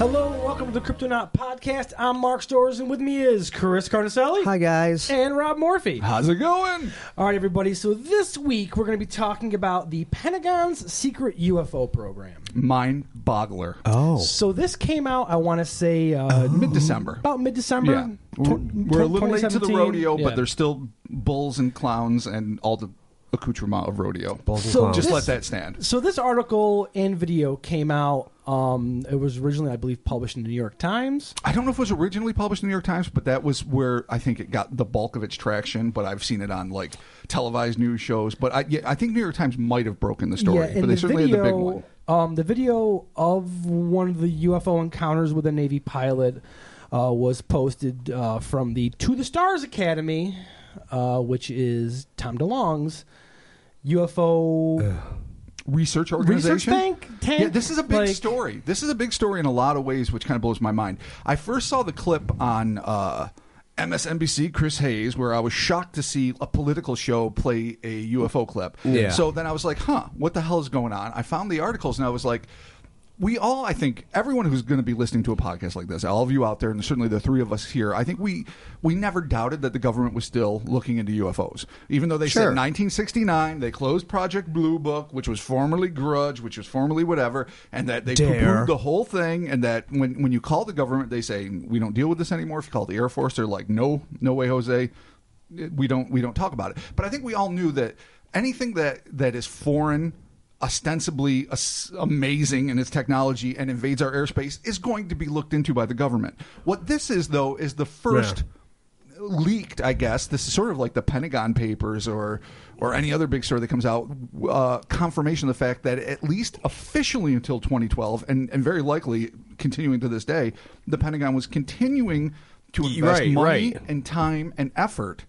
Welcome to the Cryptonaut Podcast. I'm Mark Storrs, and with me is Chris Carnicelli Hi guys. and Rob Morphy. How's it going? All right, everybody. So this week we're going to be talking about the Pentagon's secret UFO program. Mind boggler. Oh, So this came out, I want to say, uh, Mid December. about mid-December. Uh-huh. Yeah. tw- We're, we're a little late to the 2017. rodeo, Yeah. but there's still bulls and clowns and all the accoutrement of rodeo. Bulls and So clowns. Just this- let that stand. So this article and video came out. Um, it was originally, I believe, published in the New York Times. I don't know if it was originally published in the New York Times, but that was where I think it got the bulk of its traction. But I've seen it on like televised news shows. But I, yeah, I think New York Times might have broken the story, and but they certainly had the big one. Um, the video of one of the UFO encounters with a Navy pilot uh, was posted uh, from the To the Stars Academy, uh, which is Tom DeLong's UFO research Research organization. tank. tank. Yeah, this is a big like- story. This is a big story in a lot of ways, which kind of blows my mind. I first saw the clip on uh, MSNBC, Chris Hayes, where I was shocked to see a political show play a UFO clip. Yeah. So then I was like, huh, what the hell is going on? I found the articles and I was like, we all, I think, everyone who's going to be listening to a podcast like this, all of you out there, and certainly the three of us here, I think we we never doubted that the government was still looking into UFOs, even though they Sure. said 1969 they closed Project Blue Book, which was formerly Grudge, which was formerly whatever, and that they Dare. poo-pooed the whole thing. And that when when you call the government, they say we don't deal with this anymore. If you call the Air Force, they're like, no, no way, Jose, we don't we don't talk about it. But I think we all knew that anything that that is foreign. Ostensibly as- amazing in its technology and invades our airspace is going to be looked into by the government. What this is, though, is the first leaked, I guess. This is sort of like the Pentagon Papers or or any other big story that comes out. Uh, confirmation of the fact that at least officially until 2012, and and very likely continuing to this day, the Pentagon was continuing to invest Right, money right. and time and effort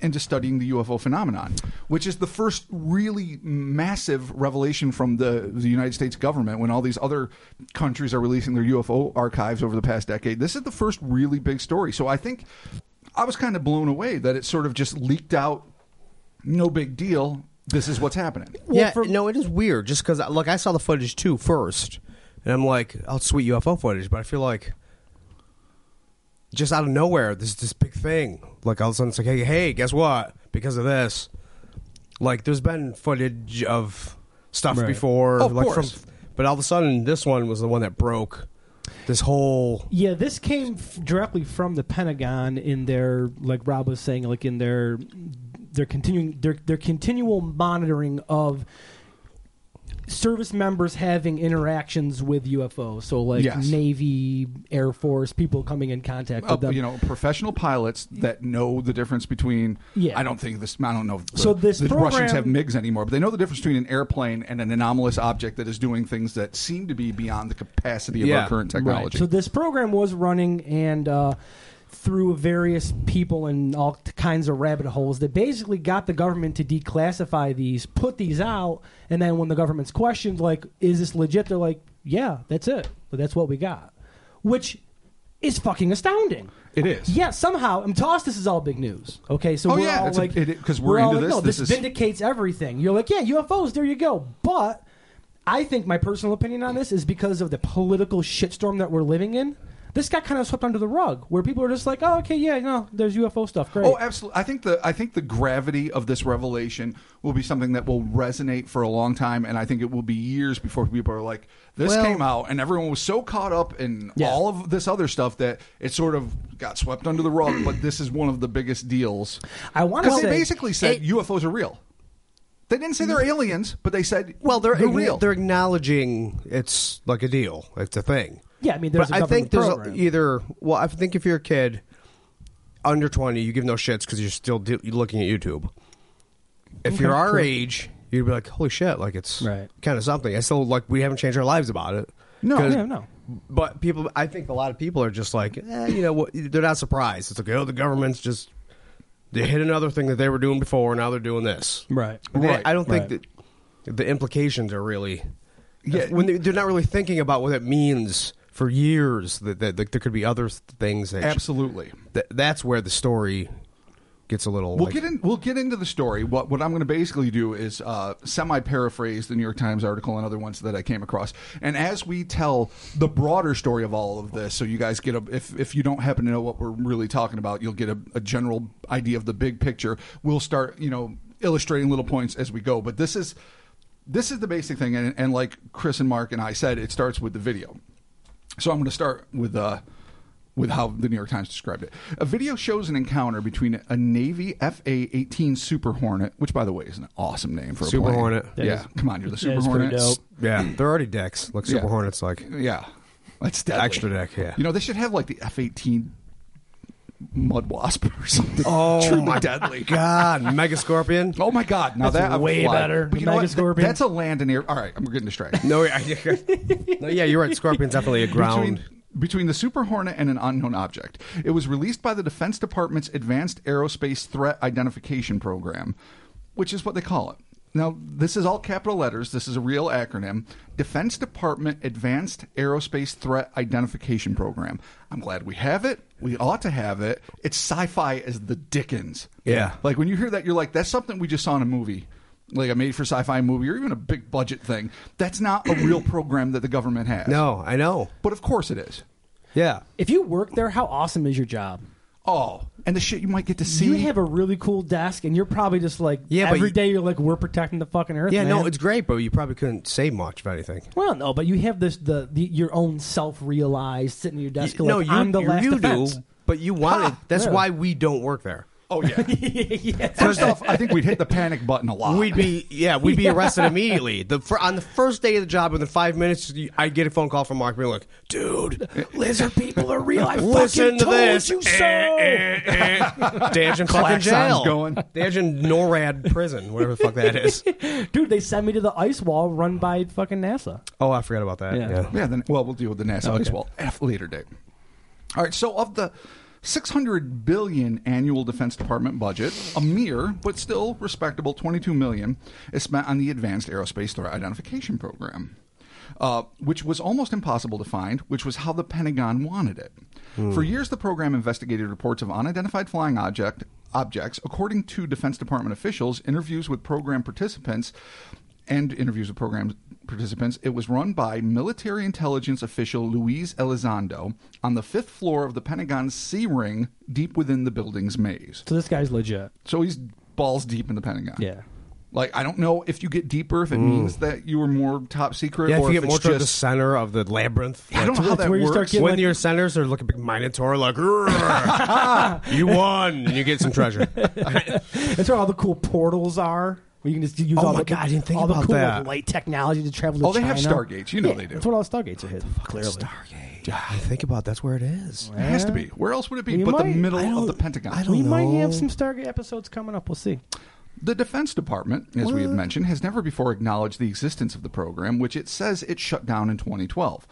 into studying the UFO phenomenon, which is the first really massive revelation from the, the United States government when all these other countries are releasing their UFO archives over the past decade. This is the first really big story. So I think I was kind of blown away that it sort of just leaked out, no big deal. This is what's happening. Well, yeah. for- no, it is weird. Just because, look, I saw the footage too first, and I'm like, "Oh, it's sweet UFO footage," but I feel like just out of nowhere, there's this big thing. Like all of a sudden, it's like, "Hey, hey, guess what?" Because of this, like, there's been footage of stuff Right. before, Oh, of like course. but all of a sudden, this one was the one that broke this whole. Yeah, this came f- directly from the Pentagon in their, like Rob was saying, like in their their continuing their their continual monitoring of service members having interactions with UFOs. So like Yes. Navy, Air Force, people coming in contact with Up, them. you know, professional pilots that know the difference between. Yeah. I don't think this. I don't know. If the, So this the program- Russians have MIGs anymore, but they know the difference between an airplane and an anomalous object that is doing things that seem to be beyond the capacity of Yeah. our current technology. So this program was running and uh, through various people and all t- kinds of rabbit holes that basically got the government to declassify these, put these out, and then when the government's questioned, like, is this legit? They're like, yeah, that's it. But that's what we got, which is fucking astounding. it is. Yeah, somehow. And to us, this is all big news. Okay, so Oh, we're yeah, all it's a- like, it- it- 'cause we're all into like, this, No, this, this is- vindicates everything. You're like, yeah, UFOs. There you go. But I think my personal opinion on this is because of the political shitstorm that we're living in. This got kind of swept under the rug, where people are just like, oh, okay, yeah, no, there's UFO stuff. Great. Oh, absolutely. I think the I think the gravity of this revelation will be something that will resonate for a long time, and I think it will be years before people are like, "This Well- came out," and everyone was so caught up in Yeah. all of this other stuff that it sort of got swept under the rug. but this is one of the biggest deals. I want to Because say, they basically said it- Mm-hmm. UFOs are real. They didn't say they're aliens, but they said Well, they're they're ign- real. They're acknowledging it's like a deal. It's a thing. Yeah, I mean, there's But a I government think there's a- program. either. Well, I think if you're a kid under 20, you give no shits because you're still do- you're looking at YouTube. If Okay, you're our correct. age, you'd be like, "Holy shit!" Like it's Right. kind of something. I still like we haven't changed our lives about it. No. 'Cause- Yeah, no. But people, I think a lot of people are just like, eh, you know, what? They're not surprised. It's like, oh, the government's just they hit another thing that they were doing before, now they're doing this. right. They- Right, I don't right. think that the implications are really. uh, Yeah. when they, they're not really thinking about what it means for years. That, that, that there could be other things. That Absolutely. that- that's where the story gets a little. We'll like- get in. We'll get into the story. What what I'm going to basically do is uh, semi paraphrase the New York Times article and other ones that I came across. And as we tell the broader story of all of this, so you guys get a if if you don't happen to know what we're really talking about, you'll get a, a general idea of the big picture. We'll start you know illustrating little points as we go. But this is this is the basic thing. And, and like Chris and Mark and I said, it starts with the video. So I'm going to start with uh, with how the New York Times described it. A video shows an encounter between a Navy FA-18 Super Hornet, which, by the way, is an awesome name for a Super plane. Hornet. That yeah, is- come on, you're the that Super is Hornet. pretty dope. Yeah, they're already decks. Like Super Yeah. Hornets, like Yeah, that's deadly. extra deck. Yeah. You know, they should have like the F-18 Mud Wasp or something. Oh, truly my deadly. God, Mega Scorpion. Oh my God! Now That's that I'm way fly. better. But you The know what? Mega Scorpion. That's a land and air. All right, I'm getting distracted. No, yeah, yeah. no, yeah, you're right. Scorpion's definitely a ground. Between, between the Super Hornet and an unknown object. It was released by the Defense Department's Advanced Aerospace Threat Identification Program, which is what they call it. Now, this is all capital letters. This is a real acronym Defense Department Advanced Aerospace Threat Identification Program. I'm glad we have it. We ought to have it. It's sci fi as the Dickens. Yeah. Like when you hear that, you're like, that's something we just saw in a movie, like a made for sci fi movie or even a big budget thing. That's not a real program that the government has. no, I know. But of course it is. Yeah, If you work there, how awesome is your job? Oh, and the shit you might get to see. You have a really cool desk, and you're probably just like Yeah, but every you- day you're like we're protecting the fucking earth. yeah. No, man." it's great, but you probably couldn't say much of anything. well, no, but you have this the, the your own self realized sitting at your desk. no, like, you, I'm the you- last you defense. do, but you wanted. That's yeah. why we don't work there. oh yeah. yeah. First off, I think we'd hit the panic button a lot. We'd be yeah, we'd be arrested immediately. The fir- on the first day of the job, within five minutes, you- I'd get a phone call from Mark being like, "Dude, Lizard people are real. I fucking listen to told this." you Eh, so. eh, eh. Dad's in fucking Klaxon's jail. going. Dad's in NORAD prison, whatever the fuck that is. Dude, they sent me to the ice wall run by fucking NASA. Oh, I forgot about that. Yeah. Yeah. yeah. Then well, we'll deal with the NASA Okay. ice wall F later date. All right. So of the. 600 billion annual defense department budget a mere but still respectable 22 million is spent on the advanced aerospace threat identification program uh, which was almost impossible to find which was how the pentagon wanted it for years the program investigated reports of unidentified flying object objects according to defense department officials interviews with program participants and interviews with program participants. It was run by military intelligence official Luis Elizondo on the fifth floor of the Pentagon's C ring, deep within the building's maze. So this guy's legit. So he's balls deep in the Pentagon. Yeah. Like I don't know if you get deeper, if it means that you were more top secret, Yeah, if or you if get more it's to the just center of the labyrinth, I don't know how That's that where you works. start getting- when like- your senators are like a big minotaur, like "Grr, you won, and you get some treasure. That's where all the cool portals are. Where you can just use Oh all my the God, I didn't think all the about cool like, that. light technology to travel to Oh, they have China. stargates. You know Yeah, they do. That's what all the stargates are hidden. Clearly. I think about that's where it is. it has to be. Where else would it be We but might- the middle I of don't- the Pentagon? I don't we might have know. some Stargate episodes coming up. We'll see. The Defense Department, as we have mentioned, has never before acknowledged the existence of the program, which it says it shut down in 2012.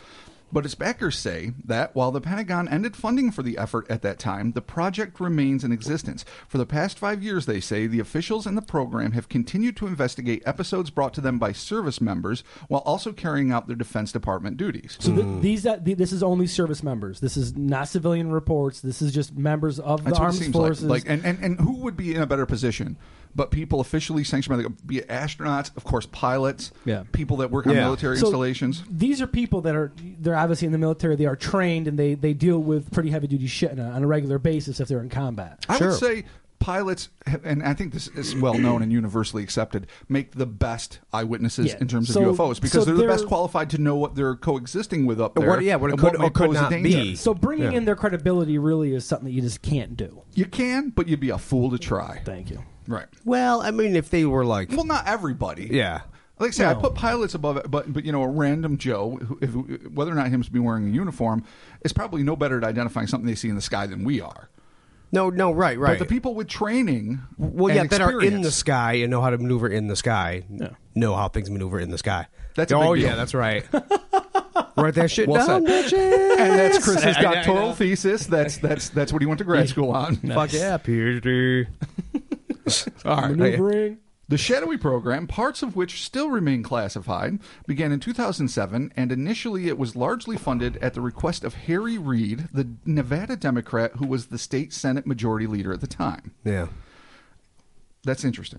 But its backers say that while the Pentagon ended funding for the effort at that time, the project remains in existence. For the past five years, they say, the officials in the program have continued to investigate episodes brought to them by service members while also carrying out their Defense Department duties. So th- these uh, th- this is only service members. This is not civilian reports. This is just members of the That's what it armed seems forces. like. like and, and, and who would be in a better position? But people officially sanctioned by the be it astronauts, of course, pilots, Yeah. people that work on Yeah. military So- installations. these are people that are they're obviously in the military. They are trained and they, they deal with pretty heavy duty shit on a, on a regular basis if they're in combat. I Sure. would say pilots, ha- and I think this is well known and universally accepted, make the best eyewitnesses Yeah. in terms So- of UFOs because so they're, the they're- best qualified to know what they're coexisting with up What- there. yeah, what it and could may or could pose a not danger. be. So bringing Yeah. in their credibility really is something that you just can't do. You can, but you'd be a fool to try. Thank you. Right. Well, I mean, if they were like, Well, not everybody. yeah, Like I say, I No. put pilots above it, but but you know, a random Joe, who, if, whether or not him's be wearing a uniform, is probably no better at identifying something they see in the sky than we are. no, no, right, But right. the people with training, well, and yeah, that are in the experience- sky and know how to maneuver in the sky, Yeah. know how things maneuver in the sky. That's a oh big deal. yeah, that's right. Write that shit Well down, said. bitches. and that's Chris's I know, I doctoral know. thesis. That's that's that's what he went to grad school on. Fuck yeah, PhD. All right, Maneuvering. The Shadowy program, parts of which still remain classified, began in 2007, and initially it was largely funded at the request of Harry Reid, the Nevada Democrat who was the state Senate majority leader at the time. Yeah. That's interesting.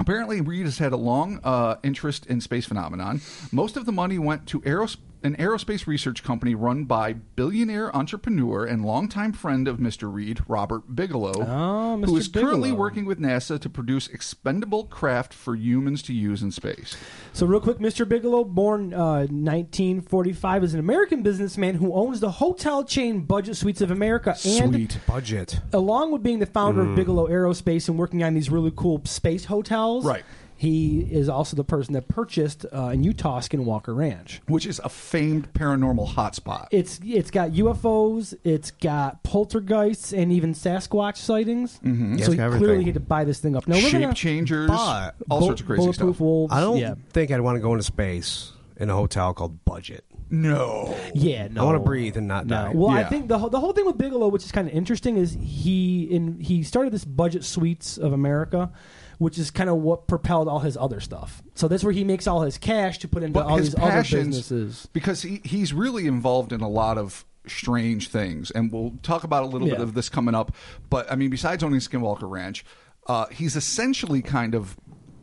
Apparently, Reed has had a long uh, interest in space phenomenon. Most of the money went to aeros- an aerospace research company run by billionaire entrepreneur and longtime friend of Mr. Reed, Robert Bigelow, Oh, who Mr. is currently Bigelow. working with NASA to produce expendable craft for humans to use in space. So real quick, Mr. Bigelow, born uh, 1945, is an American businessman who owns the hotel chain Budget Suites of America and Sweet. Budget. along with being the founder of Bigelow Aerospace and working on these really cool space hotels, Right. He is also the person that purchased uh, in Utah Skinwalker Ranch. Which is a famed paranormal hotspot. It's it's got UFOs, it's got poltergeists, and even Sasquatch sightings. Mm-hmm. Yeah, so it's he got clearly everything. had to buy this thing up. Now we're Shape gonna- changers, But- all Bull- sorts of crazy bulletproof stuff. wolves. I don't Yeah, think I'd want to go into space in a hotel called Budget. No. yeah no. I want to breathe and not die. Well, Yeah. I think the whole, the whole thing with Bigelow, which is kind of interesting, is he in he started this Budget Suites of America, which is kind of what propelled all his other stuff. So that's where he makes all his cash to put into all these other businesses. because he, he's really involved in a lot of strange things and we'll talk about a little bit Yeah. of this coming up but i mean besides owning skinwalker ranch uh, he's essentially kind of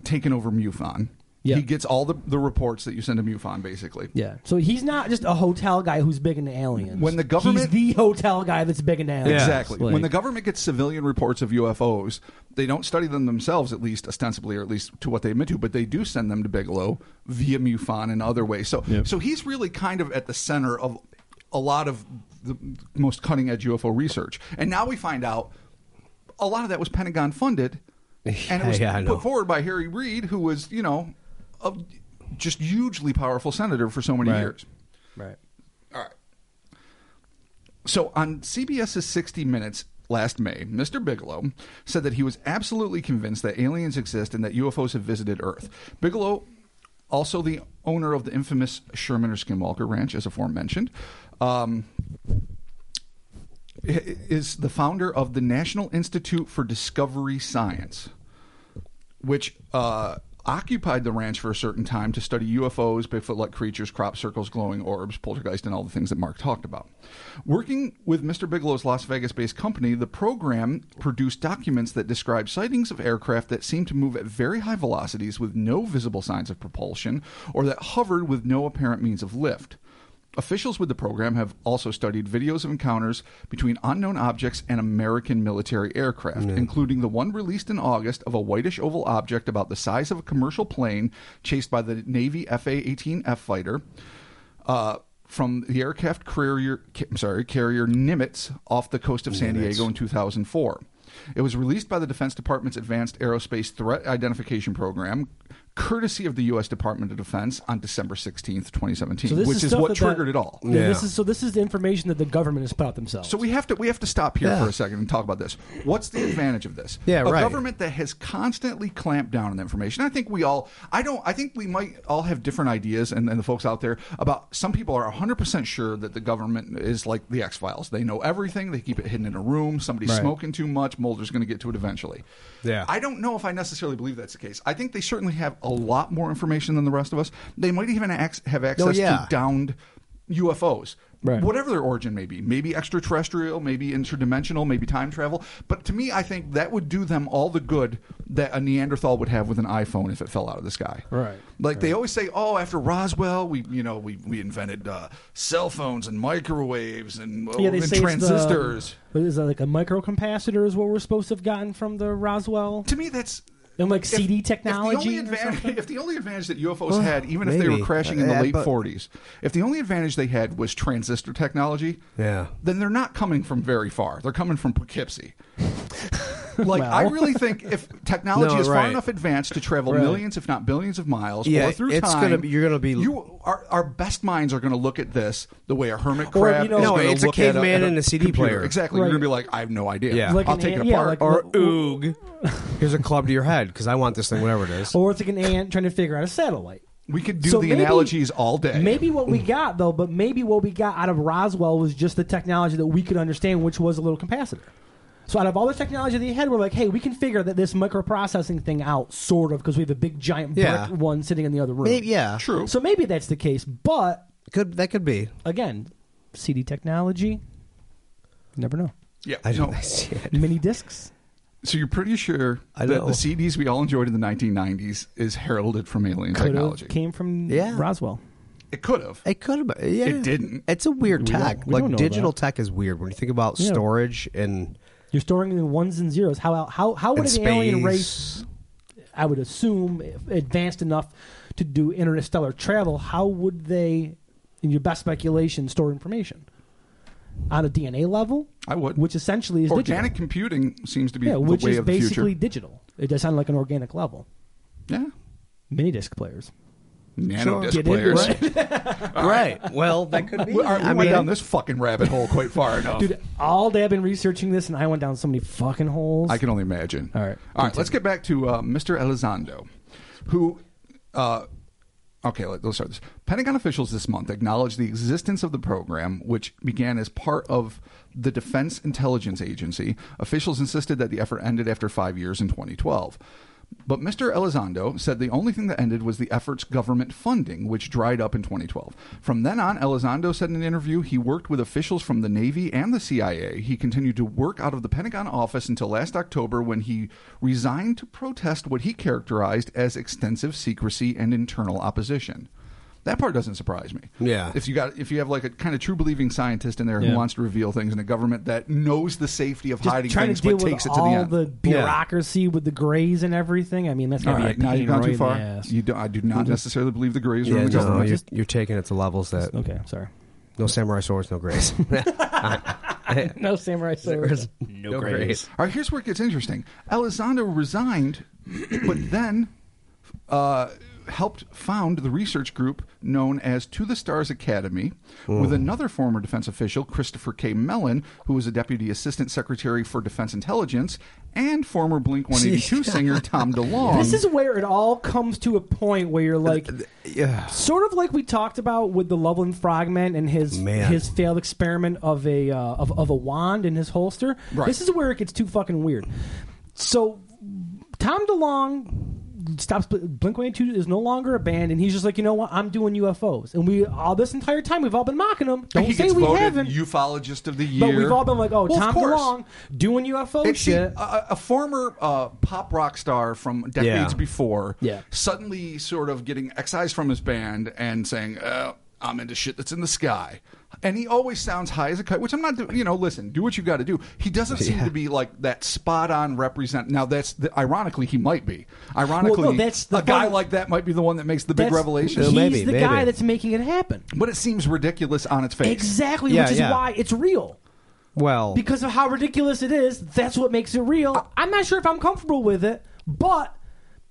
taken over mufon Yeah. he gets all the, the reports that you send to mufon basically Yeah. So he's not just a hotel guy who's big into aliens. When the government- he's the hotel guy that's big into aliens. Exactly. Like- when the government gets civilian reports of UFOs, they don't study them themselves, at least ostensibly, or at least to what they admit to, but they do send them to Bigelow via MUFON and other ways. So, so he's really kind of at the center of a lot of the most cutting edge UFO research. And now we find out a lot of that was Pentagon funded, and it was Yeah, I know. put forward by Harry Reid, who was, you know, a just hugely powerful senator for so many Right. years. right. So on CBS's 60 Minutes last May, Mr. Bigelow said that he was absolutely convinced that aliens exist and that UFOs have visited Earth. Bigelow, also the owner of the infamous Sherman or Skinwalker Ranch, as aforementioned, um, i- is the founder of the National Institute for Discovery Science, which uh, occupied the ranch for a certain time to study UFOs, Bigfoot-like creatures, crop circles, glowing orbs, poltergeist, and all the things that Mark talked about. Working with Mr. Bigelow's Las Vegas-based company, the program produced documents that describe sightings of aircraft that seemed to move at very high velocities with no visible signs of propulsion, or that hovered with no apparent means of lift. Officials with the program have also studied videos of encounters between unknown objects and American military aircraft, including the one released in August of a whitish oval object about the size of a commercial plane chased by the Navy FA 18F fighter uh, from the aircraft carrier, ca- I'm sorry, carrier Nimitz off the coast of San Diego in 2004. It was released by the Defense Department's Advanced Aerospace Threat Identification Program, courtesy of the U.S. Department of Defense, on December 16th, 2017, So this which is, is, stuff what that- triggered it all. Yeah, Yeah. This is so. This is the information that the government has put out themselves. So we have to we have to stop here Yeah. for a second and talk about this. What's the advantage of this? Yeah, a right. government that has constantly clamped down on information. I think we all I don't I think we might all have different ideas and, and the folks out there about some people are 100% sure that the government is like the X-Files. They know everything, they keep it hidden in a room, somebody's Right. smoking too much, Mulder's going to get to it eventually. Yeah. I don't know if I necessarily believe that's the case. I think they certainly have a lot more information than the rest of us. They might even ac- have access Oh, yeah. to downed UFOs. Right. Whatever their origin may be, maybe extraterrestrial, maybe interdimensional, maybe time travel. But to me, I think that would do them all the good that a Neanderthal would have with an iPhone if it fell out of the sky. Right. Like they always say, oh, after Roswell, we you know we we invented uh, cell phones and microwaves and, yeah, they say and it's the- transistors. what is that like a microcapacitor is what we're supposed to have gotten from the Roswell To me, that's and like CD technology. If the, only or something? advantage, if the only advantage that UFOs had, even if they maybe. were crashing in the Yeah, late but- 40s, if the only advantage they had was transistor technology, Yeah. then they're not coming from very far. They're coming from Poughkeepsie. like Well. I really think if technology No, is right. far enough advanced to travel millions, if not billions, of miles, Yeah, or through it's time, gonna be- you're gonna be- you our, our best minds are going to look at this the way a hermit Or, you crab. know- is No, gonna it's a look at caveman at and a CD computer. player. Exactly. Right. You're going to be like, I have no idea. Yeah. Like I'll an take it ant- apart. yeah, like Or Well, oog. Here's a club to your head because I want this thing, whatever it is. or it's like an ant trying to figure out a satellite. we could do So the maybe- analogies all day. Maybe what we got though, but maybe what we got out of Roswell was just the technology that we could understand, which was a little capacitor. So out of all the technology they had, we're like, hey, we can figure that this microprocessing thing out, sort of, because we have a big giant brick Yeah. one sitting in the other room. Maybe, yeah. True. So maybe that's the case, but Could that could be? again, CD technology, you never know. yeah. I don't no. see it. Mini discs, So you're pretty sure I that know. the CDs we all enjoyed in the 1990s is heralded from alien Could technology. have came from Yeah. Roswell. It could have. It could have. Yeah, It didn't. It's a weird don't- tech. we don't Like know digital that. tech is weird when you think about Yeah. storage and You're storing it in ones and zeros. How how how would and an space. alien race? I would assume if advanced enough to do interstellar travel. How would they, in your best speculation, store information on a DNA level, I would. which essentially is Organic digital. computing seems to be Yeah, the which way is of the future. basically digital. It does sound like an organic level. Yeah. Mini disc players. Nano Sure. disc Get in, players. right? Right. Well, that could be. We, all right, we I went mean, down this fucking rabbit hole quite far enough. Dude, all day I've been researching this, and I went down so many fucking holes. I can only imagine. All right, All right. Let's get back to uh, Mr. Elizondo, who. Uh, Okay, let, let's start this. Pentagon officials this month acknowledged the existence of the program, which began as part of the Defense Intelligence Agency. Officials insisted that the effort ended after five years in 2012. But Mr. Elizondo said the only thing that ended was the effort's government funding, which dried up in 2012. From then on, Elizondo said in an interview he worked with officials from the Navy and the CIA. He continued to work out of the Pentagon office until last October when he resigned to protest what he characterized as extensive secrecy and internal opposition. That part doesn't surprise me. Yeah. If you got if you have like a kind of true believing scientist in there Yeah. who wants to reveal things in a government that knows the safety of just hiding trying things to deal but takes it with to the all end. the, bureaucracy with the grays and everything. I mean, that's all gonna right, be a now pain you've gone right too in the far. ass. You don't, I do Mm-hmm. not necessarily believe the Greys are yeah, in the no, government. you're, you're taking it to levels that okay, sorry. no samurai swords, no grace. No samurai swords. No, No grays. grays. All right, here's where it gets interesting. Elizondo resigned, but then uh, helped found the research group known as To the Stars Academy Mm-hmm. with another former defense official, Christopher K. Mellon, who was a deputy assistant secretary for defense intelligence, and former Blink 182 singer Tom DeLonge. This is where it all comes to a point where you're like, yeah. sort of like we talked about with the Loveland Frogman and his Man. his failed experiment of a uh, of, of a wand in his holster. Right. This is where it gets too fucking weird. So Tom DeLong stops Blink One Eight Two is no longer a band, and he's just like, you know what, I'm doing UFOs, and we all this entire time we've all been mocking him. Don't he say gets we voted haven't. ufologist of the year. but we've all been like, oh, Well, of Tom course. DeLong doing UFO It's shit. the- a, a former uh, pop rock star from decades Yeah. before, Yeah. suddenly sort of getting excised from his band and saying, uh, "I'm into shit that's in the sky," and he always sounds high as a kite. Which I'm not. do- You know, listen, do what you got to do. He doesn't seem to be like that spot on represent. Now that's the, ironically he might be. Ironically, that's the a guy fun- like that might be the one that makes the big That's- revelation. Yeah, He's maybe, the maybe. guy that's making it happen. but it seems ridiculous on its face. Exactly, Yeah, which is yeah. why it's real. Well, because of how ridiculous it is. That's what makes it real. I'm not sure if I'm comfortable with it, but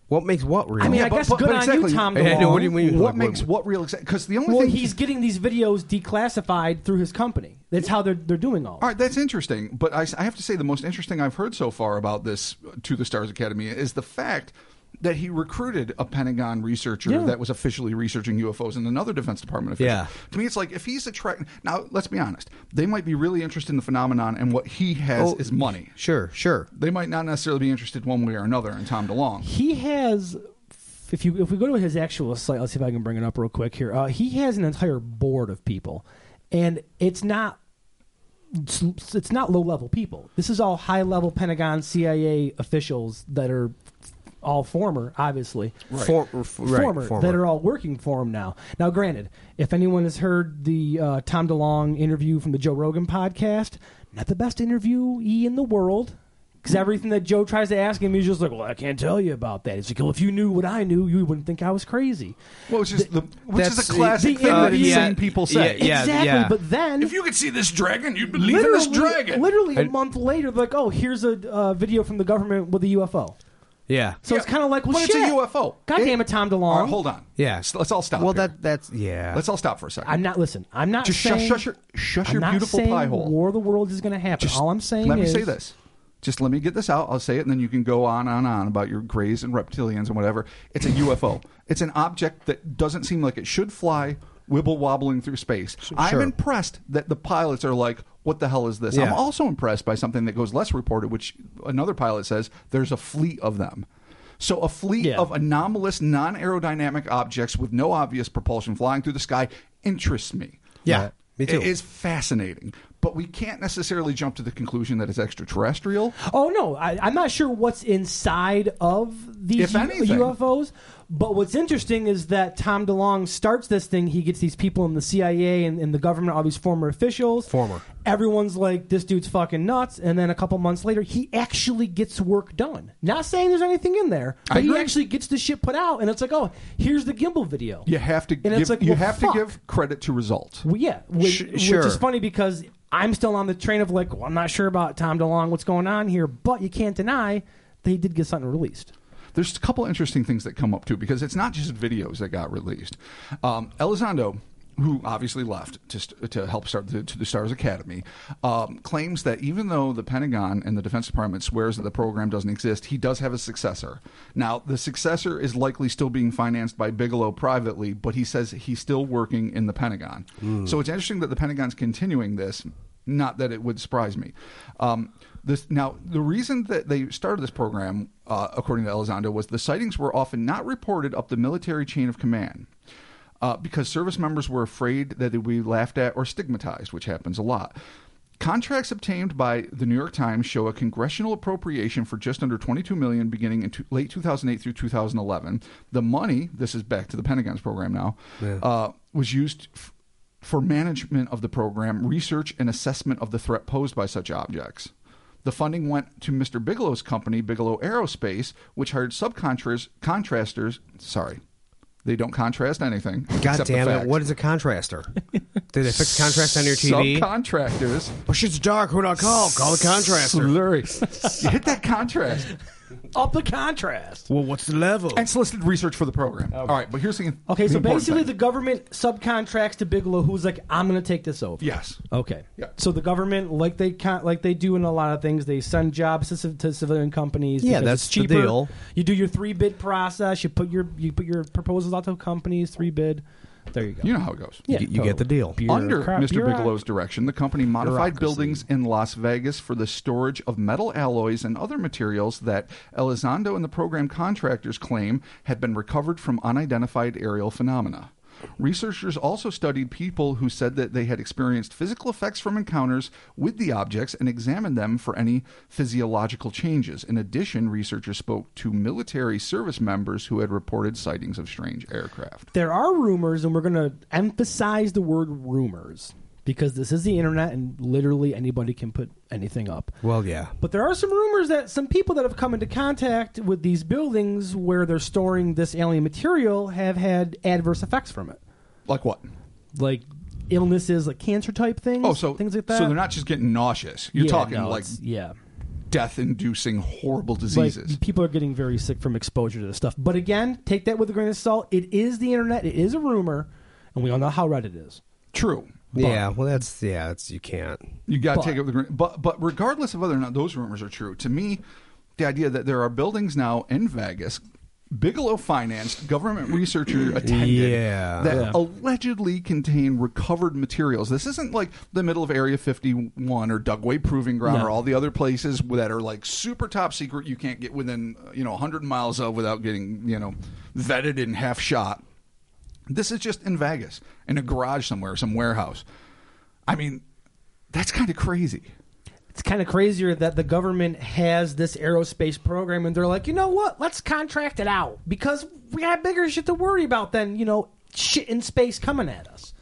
what makes what real? I mean, Yeah, I but- guess but- good but on exactly. you, Tom. Yeah, I know, what do you DeLonge. mean? What Like, makes what- what real? Because the only Well, thing he's getting these videos declassified through his company. That's how they're they're doing all. All this. right, that's interesting. But I, I have to say, the most interesting I've heard so far about this uh, to the Stars Academy is the fact that he recruited a Pentagon researcher Yeah. that was officially researching UFOs and another Defense Department official. Yeah. To me, it's like if he's attracting. Now, let's be honest. They might be really interested in the phenomenon, and what he has Oh, is money. sure, sure. They might not necessarily be interested one way or another in Tom DeLong. He has. If you if we go to his actual site, let's see if I can bring it up real quick here. Uh, he has an entire board of people, and it's not it's, it's not low level people. This is all high level Pentagon CIA officials that are all former, obviously. For- f- right, former, that are all working for him now. Now, granted, if anyone has heard the uh, Tom DeLong interview from the Joe Rogan podcast, not the best interviewee in the world. Because everything that Joe tries to ask him, he's just like, "Well, I can't tell you about that." He's like, "Well, if you knew what I knew, you wouldn't think I was crazy." Well, which is the which is That's- a classic the thing that interview- insane people say. Yeah, exactly. yeah. But then, If you could see this dragon, you'd believe in literally, this dragon. literally a month later, they're like, "Oh, here's a uh, video from the government with a UFO." Yeah. So it's kind of like, well, But it's a shit. UFO. God It- damn it, Tom DeLonge. All right, hold on. Yeah. S- let's all stop. well, here. that that's yeah. Let's all stop for a 2nd I'm not. Listen, I'm not Just shush- saying. shush your- shush I'm your not beautiful saying pie hole. War of the Worlds is going to happen. All I'm saying Let is, me say this. Just let me get this out. I'll say it, and then you can go on and on about your greys and reptilians and whatever. It's a UFO. It's an object that doesn't seem like it should fly, wibble wobbling through space. I'm sure. impressed that the pilots are like, "What the hell is this?" I'm Yeah. also impressed by something that goes less reported, which another pilot says there's a fleet of them. So a fleet Yeah. of anomalous, non-aerodynamic objects with no obvious propulsion flying through the sky interests me. Yeah, me too. It is fascinating. but we can't necessarily jump to the conclusion that it's extraterrestrial. Oh no, I, I'm not sure what's inside of these If U- anything. UFOs. But what's interesting is that Tom DeLong starts this thing. He gets these people in the CIA and, and the government, all these former officials. Former. Everyone's like, this dude's fucking nuts. And then a couple months later, he actually gets work done. Not saying there's anything in there, I but he agree. actually gets the shit put out. And it's like, oh, here's the gimbal video. You have to And it's give, like, you well, have fuck. to give credit to results. Well, yeah, which, Sh- which sure. is funny because I'm still on the train of like, well, I'm not sure about Tom DeLong, what's going on here, but you can't deny they did get something released. There's a couple interesting things that come up too because it's not just videos that got released. Um, Elizondo, who obviously left to, st- to help start the, to the Stars Academy, um, claims that even though the Pentagon and the Defense Department swears that the program doesn't exist, he does have a successor. Now, the successor is likely still being financed by Bigelow privately, but he says he's still working in the Pentagon. So it's interesting that the Pentagon's continuing this. Not that it would surprise me. Um, this now the reason that they started this program, uh, according to Elizondo, was the sightings were often not reported up the military chain of command. Uh, because service members were afraid that they would be laughed at or stigmatized, which happens a lot. Contracts obtained by the New York Times show a congressional appropriation for just under 22 million beginning in two late 2008 through 2011. The money, this is back to the Pentagon's program now, Yeah. uh, was used f- for management of the program, research and assessment of the threat posed by such objects. The funding went to Mr. Bigelow's company, Bigelow Aerospace, which hired subcontractors. Contrasters, sorry, they don't contrast anything. God except the damn it! facts. What is a contrastor? Did they fix contrast on your TV? Subcontractors. oh shit's dark. Who do I call? Call the contrastor. Slurry. you hit that contrast Up the contrast. Well, what's the level? and solicited research for the program. All right, but here's the Okay, the so important basically the thing. government subcontracts to Bigelow, who's like, I'm going to take this over. yes, Okay. Yeah. So the government, like they con- like they do in a lot of things, they send jobs to, civ- to civilian companies. Yeah, because that's it's the cheaper. deal. You do your three bid process. You put your you put your proposals out to companies, three bid. There you go. you know how it goes. Yeah, You- you get the deal. Under Bureaucrat- Mr. bureauc- Bigelow's direction, the company modified Bureaucracy. buildings in Las Vegas for the storage of metal alloys and other materials that Elizondo and the program contractors claim had been recovered from unidentified aerial phenomena. Researchers also studied people who said that they had experienced physical effects from encounters with the objects and examined them for any physiological changes. In addition, researchers spoke to military service members who had reported sightings of strange aircraft. there are rumors, and we're going to emphasize the word rumors because this is the internet, and literally anybody can put anything up. well, yeah. But there are some rumors that some people that have come into contact with these buildings where they're storing this alien material have had adverse effects from it, Like what? like illnesses, like cancer type things. Oh, so things like that. So they're not just getting nauseous. You're Yeah, talking no, like it's- yeah, death-inducing horrible like diseases. people are getting very sick from exposure to this stuff. But again, take that with a grain of salt. It is the internet. It is a rumor, and we all know how Reddit is. True. Yeah. Well, that's yeah. That's you can't. You got But- to take it with a grain. But but regardless of whether or not those rumors are true, to me, the idea that there are buildings now in Vegas, Bigelow financed, government researcher attended, Yeah. that Yeah. allegedly contain recovered materials. This isn't like the middle of Area 51 or Dugway Proving Ground No. or all the other places that are like super top secret. You can't get within you know 100 miles of without getting you know vetted and half shot. This is just in Vegas, in a garage somewhere, some warehouse. I mean, that's kind of crazy. it's kind of crazier that the government has this aerospace program and they're like, you know what? Let's contract it out because we got bigger shit to worry about than, you know, shit in space coming at us.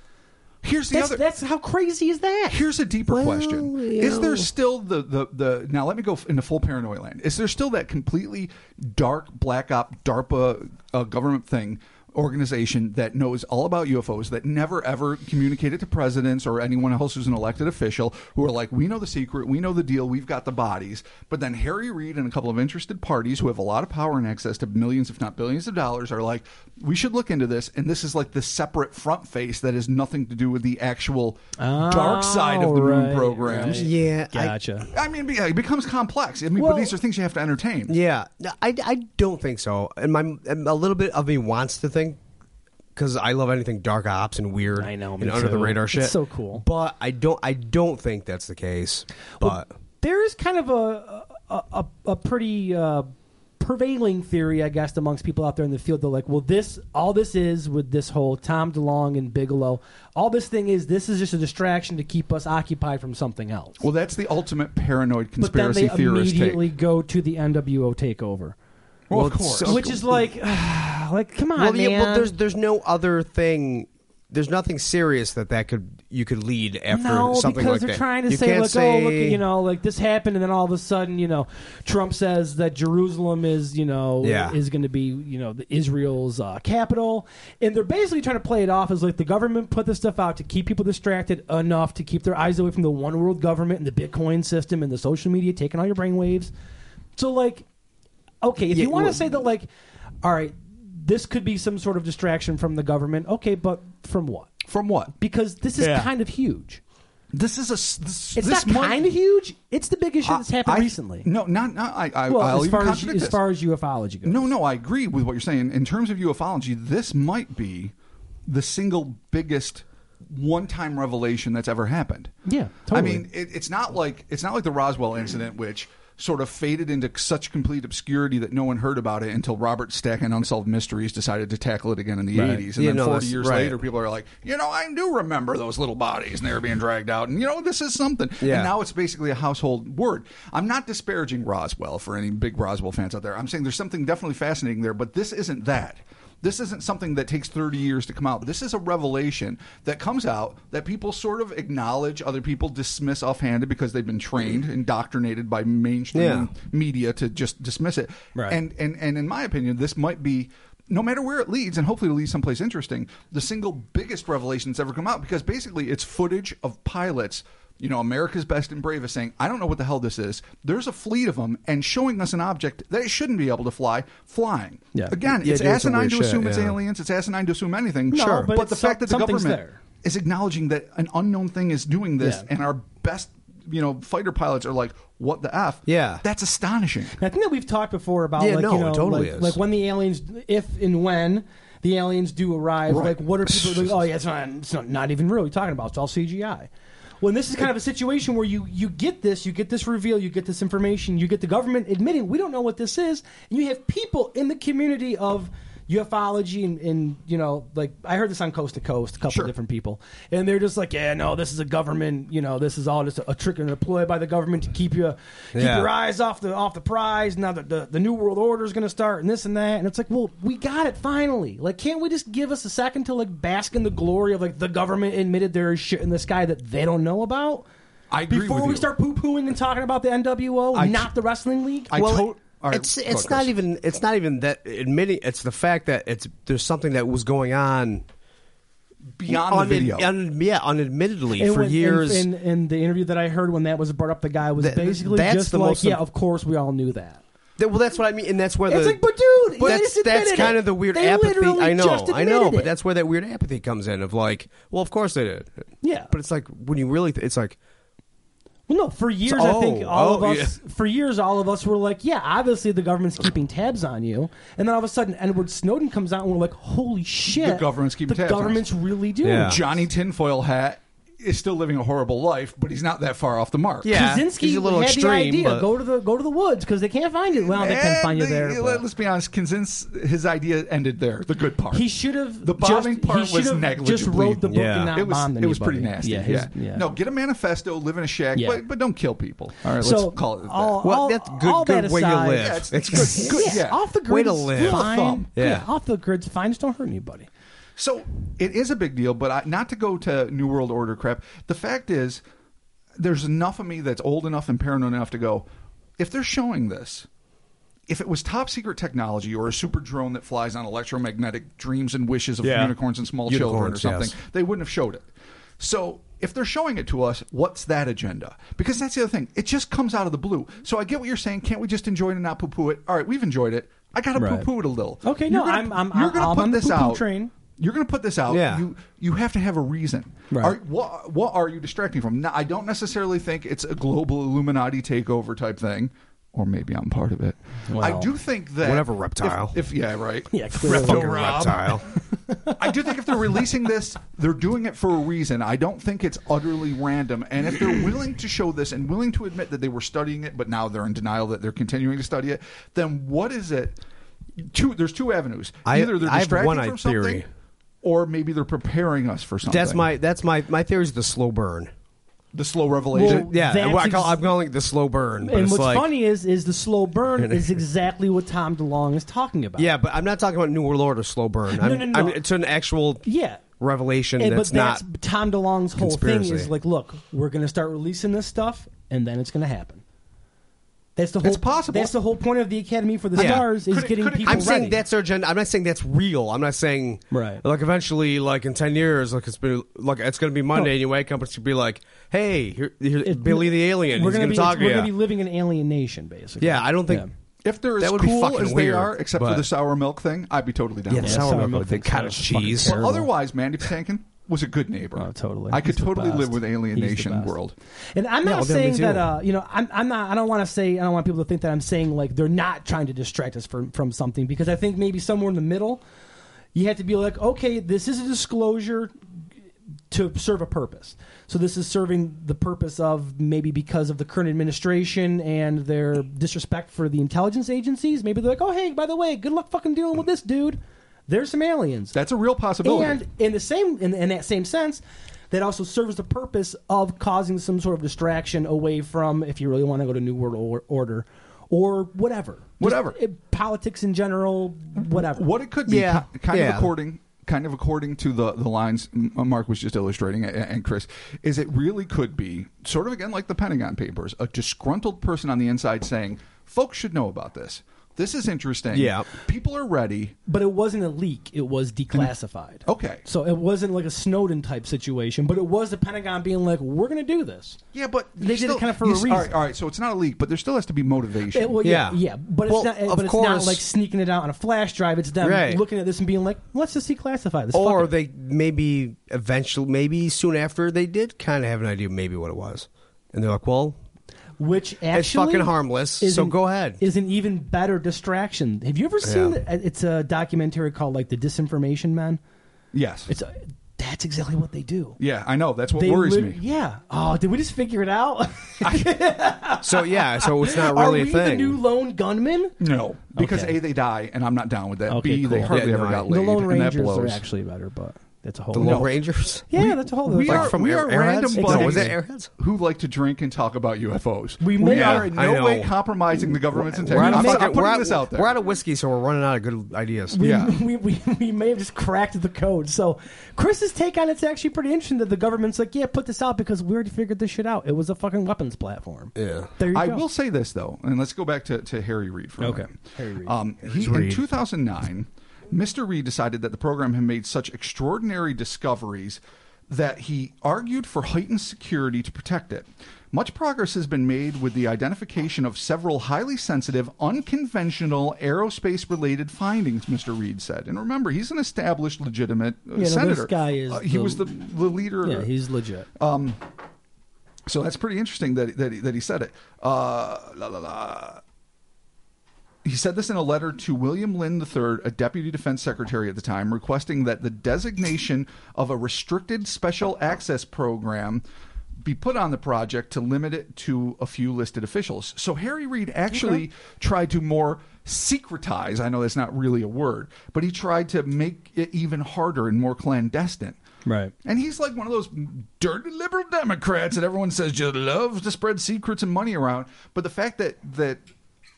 Here's the That's, other. that's how crazy is that? Here's a deeper question: Is there still the, the the now? Let me go f- into full paranoia land. Is there still that completely dark black op DARPA uh, government thing? Organization that knows all about UFOs that never ever communicated to presidents or anyone else who's an elected official who are like, we know the secret, we know the deal, we've got the bodies. But then Harry Reid and a couple of interested parties who have a lot of power and access to millions, if not billions of dollars, are like, we should look into this. And this is like the separate front face that has nothing to do with the actual dark side of the right, moon programs. right. Yeah. I- Gotcha. I mean, be- it becomes complex. I mean, Well- but these are things you have to entertain. Yeah, No, I, I don't think so. And my and a little bit of me wants to think because I love anything dark ops and weird. I know, me and under the too. radar It's shit. so cool. but I don't I don't think that's the case. But there is kind of a a, a, a pretty uh, prevailing theory, I guess, amongst people out there in the field. They're like, well, this all this is with this whole Tom DeLong and Bigelow. All this thing is this is just a distraction to keep us occupied from something else. Well, that's the ultimate paranoid but then conspiracy they theorist take. immediately go to the NWO takeover, Well, Well, of course. so- which is like, like come on, well, man. yeah, but there's there's no other thing. There's nothing serious that that could you could lead after no, something because like they're that. trying to you say, can't like, oh, look, say- you know, like this happened, and then all of a sudden, you know, Trump says that Jerusalem is, you know, Yeah. is going to be, you know, the Israel's uh, capital, and they're basically trying to play it off as like the government put this stuff out to keep people distracted enough to keep their eyes away from the one world government and the Bitcoin system and the social media taking all your brainwaves. So, like, okay, if Yeah, you want to well- say that, like, all right, this could be some sort of distraction from the government, okay, but from what? From what? Because this is Yeah. kind of huge. This is a. s- This, It's this not month- kind of huge. It's the biggest shit I- that's happened I- recently. No, not. not I, I, well, I'll as even far as, contradict as this. far as ufology goes, No, no, I agree with what you're saying. In terms of ufology, this might be the single biggest one-time revelation that's ever happened. Yeah, totally. I mean, it, it's not like it's not like the Roswell incident, which sort of faded into such complete obscurity that no one heard about it until Robert Stack and Unsolved Mysteries decided to tackle it again in the Right. 80s, and Yeah, then no, 40 that's- years right. later, people are like, you know, I do remember those little bodies, and they were being dragged out, and you know, this is something. Yeah. And now it's basically a household word. I'm not disparaging Roswell for any big Roswell fans out there. I'm saying there's something definitely fascinating there, but this isn't that. This isn't something that takes 30 years to come out. This is a revelation that comes out that people sort of acknowledge, other people dismiss offhanded because they've been trained, indoctrinated by mainstream Yeah. media to just dismiss it. Right. And and and in my opinion, this might be no matter where it leads, and hopefully it'll lead someplace interesting, the single biggest revelation that's ever come out because basically it's footage of pilots, you know, America's best and bravest saying, I don't know what the hell this is. There's a fleet of them and showing us an object that it shouldn't be able to fly, flying. Yeah. Again, Yeah, it's doing some asinine weird to shit, assume it's yeah. aliens, it's asinine to assume anything. No, Sure. but the it's- fact that the something's government there. is acknowledging that an unknown thing is doing this Yeah. and our best you know, fighter pilots are like, what the F? Yeah. That's astonishing. I think that we've talked before about Yeah, like no, you it know, totally like, is. like when the aliens, if and when the aliens do arrive, Right. like what are people? Like, oh yeah, it's not, it's not, not even real. You're talking about it's all CGI. When this is kind of a situation where you you get this, you get this reveal, you get this information, you get the government admitting we don't know what this is, and you have people in the community of ufology and, and you know like i heard this on coast to coast a couple Sure. different people and they're just like yeah no this is a government you know this is all just a, a trick and a ploy by the government to keep you keep Yeah. your eyes off the off the prize. Now the the, the new world order is going to start, and this and that. And it's like, well, we got it finally. Like, can't we just give us a second to like bask in the glory of like the government admitted there is shit in the sky that they don't know about? I agree Before with we you. start poo pooing and talking about the NWO, I- not the wrestling league. I well, to- all right, it's go it's ahead, not Chris. even it's not even that admitting it's the fact that it's there's something that was going on beyond the unad- video. un- yeah, unadmittedly And for when- and- years. and, and, the interview that I heard when that was brought up, the guy was That- basically that's just the like, most "Yeah, im- of course, we all knew that." Th- well, that's what I mean, and that's where It's the like, but dude, But they that's just that's admitted kind it. of the weird They apathy. literally I know, just I know, admitted but it. that's where that weird apathy comes in of like, well, of course they did. Yeah. but it's like when you really, th- it's like, Well, no. For years, I think oh, all oh, of us. For years, all of us were like, "Yeah, obviously the government's keeping tabs on you." And then all of a sudden, Edward Snowden comes out, and we're like, "Holy shit! government's keeping the tabs on us." government's really doing." Yeah. it. Johnny Tinfoil Hat is still living a horrible life, but he's not that far off the mark. Yeah. Kaczynski he's a little had extreme, the idea: but- go to the go to the woods because they can't find you. Well, they can't And find you the- there. let- but- Let's be honest. Consins, his idea ended there. The good part. He should have. The bombing just, part he should was have Just negligibly- wrote the book Yeah. and not it was. bombed It was pretty anybody. nasty. Yeah, Yeah, his- yeah. No, get a manifesto, live in a shack, Yeah. but but don't kill people. All right, So, let's call it that. all- well, that's good, all good that way aside- you Yeah, live. it's- it's good. Yeah, Yeah. off the Way grid. to live. Fine. Yeah. Yeah, off the grid's fine. Just don't hurt anybody. So it is a big deal, but I, not to go to New World Order crap. The fact is, there's enough of me that's old enough and paranoid enough to go, if they're showing this, if it was top secret technology or a super drone that flies on electromagnetic dreams and wishes of Yeah. unicorns and small children or Unicorns, yes. something, they wouldn't have showed it. So if they're showing it to us, what's that agenda? Because that's the other thing. It just comes out of the blue. So I get what you're saying. Can't we just enjoy it and not poo poo it? All right, we've enjoyed it. I got to Right. poo poo it a little. Okay, You're no, gonna- I'm- I'm- you're I'm- gonna I'm put on the this poo-poo out. train. You're going to put this out. Yeah. You you have to have a reason. Right. Are, what what are you distracting from? Now, I don't necessarily think it's a global Illuminati takeover type thing. or maybe I'm part of it. I Well, do think that whatever reptile. If, if yeah, right. Yeah, clearly. Fucking Reptile Rob. reptile. I do think if they're releasing this, they're doing it for a reason. I don't think it's utterly random. And if they're willing to show this and willing to admit that they were studying it, but now they're in denial that they're continuing to study it, then what is it? Two, there's two avenues. I- Either they're I have distracted one from something, theory. or maybe they're preparing us for something. That's my that's my my theory is the slow burn. the slow revelation. Well, Yeah, That's well, I call, ex- I'm calling it the slow burn. But and it's what's like, funny is, is the slow burn is exactly what Tom DeLong is talking about. Yeah, but I'm not talking about New World Order slow burn. I'm, no, no. I'm, it's an actual yeah. revelation And, but that's that's not. Tom DeLong's whole thing is conspiracy. like, look, we're going to start releasing this stuff, and then it's going to happen. That's the whole. It's possible. That's the whole point of the Academy for the Yeah. Stars is Could it- getting could it- people I'm ready. saying that's our agenda. I'm not saying that's real. I'm not saying Right. Like eventually, like in ten years, like it's been like it's going to be Monday, No. and you wake up, it's going to be like, hey, here, here's It- Billy the alien. We're He's gonna going to be, talk we're to gonna be you. living in alien nation, basically. Yeah, I don't think. if they're as That would be cool fucking as they weird, are, except for but- the sour milk thing, I'd be totally down. Yeah, with it. sour sour milk milk would with the be cottage fucking terrible. cheese. Well, Well, otherwise, Mandy Patinkin was a good neighbor. Oh, totally. I could He's the totally best. live with Alien He's the Nation best. world. And I'm No, not they'll be saying that too. uh, you know I'm, I'm not I don't want to say I don't want people to think that I'm saying like they're not trying to distract us from from something because I think maybe somewhere in the middle you have to be like okay this is a disclosure to serve a purpose. So this is serving the purpose of maybe because of the current administration and their disrespect for the intelligence agencies maybe they're like oh hey by the way good luck fucking dealing with this dude. There's some aliens. That's a real possibility. And in the same in, in that same sense, that also serves the purpose of causing some sort of distraction away from if you really want to go to New World Or- Order or whatever. Just, Whatever. eh, politics in general, whatever. What it could be, Yeah, ki- kind yeah. of according, kind of according to the the lines M- Mark was just illustrating, a- and Chris, is it really could be sort of again like the Pentagon Papers, a disgruntled person on the inside saying, "Folks should know about this. This is interesting. Yeah. people are ready. But it wasn't a leak, it was declassified. Okay. So it wasn't like a Snowden type situation, but it was the Pentagon being like, we're going to do this. Yeah, but They did it still- kind of for you a s- reason. All right, all right, so it's not a leak, but there still has to be motivation. Eh, well, yeah, Yeah. yeah, but it's Well, not. eh, of But it's not course. like sneaking it out on a flash drive. It's them Right. looking at this and being like, "Let's just declassify this." Or Fuck it. they maybe eventually, maybe soon after, they did kind of have an idea of maybe what it was, and they're like, well, which actually fucking harmless, is so an- go ahead. Is an even better distraction. Have you ever seen? Yeah. the- It's a documentary called like the Disinformation Men. yes, It's a, that's exactly what they do. yeah, I know. That's what They worries lit- me. Yeah. Oh, did we just figure it out? so yeah, so it's not Are really we a the thing. new lone gunman? No, because Okay. a they die, and I'm not down with that. Okay, B they cool. hardly Yeah, ever no, I- got The laid, the Lone and that Rangers are blows. actually better, but that's a whole. the Lone No. Rangers. Yeah, that's a whole. we that's are, a- from we Air- are random Airheads? bugs No, was it Airheads? who like to drink and talk about UFOs. We may- are in I no know. way compromising the government's integrity. We We're out, of I'm, may- fucking- I'm we're putting out- this out there. We're out of whiskey, so we're running out of good ideas. We, Yeah. we, we, we may have just cracked the code. So Chris's take on it's actually pretty interesting that the government's like, yeah, put this out because we already figured this shit out. It was a fucking weapons platform. Yeah. There you I go. will say this though, and let's go back to, to Harry Reid for a Okay. minute. Harry Reid. Um, he, in Reid. 2009, Mr. Reid decided that the program had made such extraordinary discoveries that he argued for heightened security to protect it. Much progress has been made with the identification of several highly sensitive, unconventional aerospace related findings, Mr. Reid said. And remember, he's an established, legitimate uh, no, this senator. guy is Uh, he the- was the, the leader. Yeah, he's legit. So that's pretty interesting that that he, that he said it. Uh, la, la, la. He said this in a letter to William Lynn III, a deputy defense secretary at the time, requesting that the designation of a restricted special access program be put on the project to limit it to a few listed officials. So Harry Reid actually tried to more secretize. I know that's not really a word, but he tried to make it even harder and more clandestine. Right. And he's like one of those dirty liberal Democrats that everyone says just loves to spread secrets and money around. But the fact that that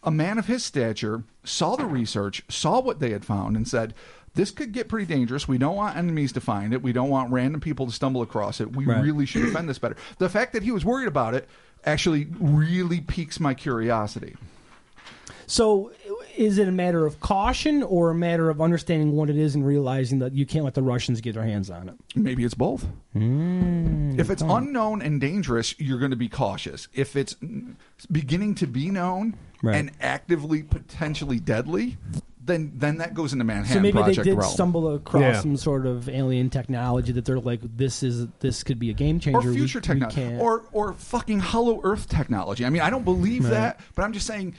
a man of his stature saw the research, saw what they had found, and said, "This could get pretty dangerous. We don't want enemies to find it. We don't want random people to stumble across it. We Right. really should defend this better." The fact that he was worried about it actually really piques my curiosity. So is it a matter of caution or a matter of understanding what it is and realizing that you can't let the Russians get their hands on it? Maybe it's both. Mm, if it's unknown and dangerous, you're going to be cautious. If it's mm, beginning to be known Right. and actively potentially deadly, then then that goes into Manhattan So maybe they Project did realm. stumble across Yeah. some sort of alien technology that they're like, this is this could be a game changer. or We- future we technology can't- or or fucking hollow earth technology i mean i don't believe that but i'm just saying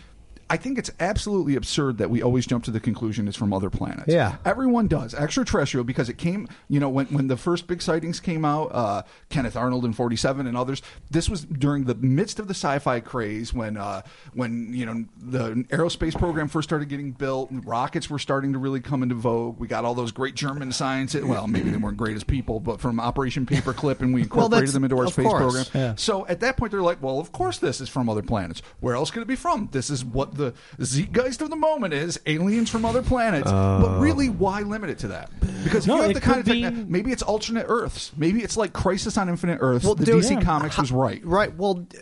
I think it's absolutely absurd that we always jump to the conclusion it's from other planets. Yeah. everyone does extraterrestrial because it came. You know, when when the first big sightings came out, uh, Kenneth Arnold in '47 and others. This was during the midst of the sci-fi craze when uh, when you know the aerospace program first started getting built, and rockets were starting to really come into vogue. We got all those great German science. Well, maybe they weren't great as people, but from Operation Paperclip, and we Well, incorporated that's- them into our of space course. program. Yeah. So at that point, they're like, "Well, of course, this is from other planets. Where else could it be from? This is what the zeitgeist of the moment is: aliens from other planets." but really, why limit it to that? Because if Oh. No, you have it the kind of could techno- be- maybe it's alternate Earths. Maybe it's like Crisis on Infinite Earths. Well, the dude, DC yeah. Comics was right. Right. Well, d-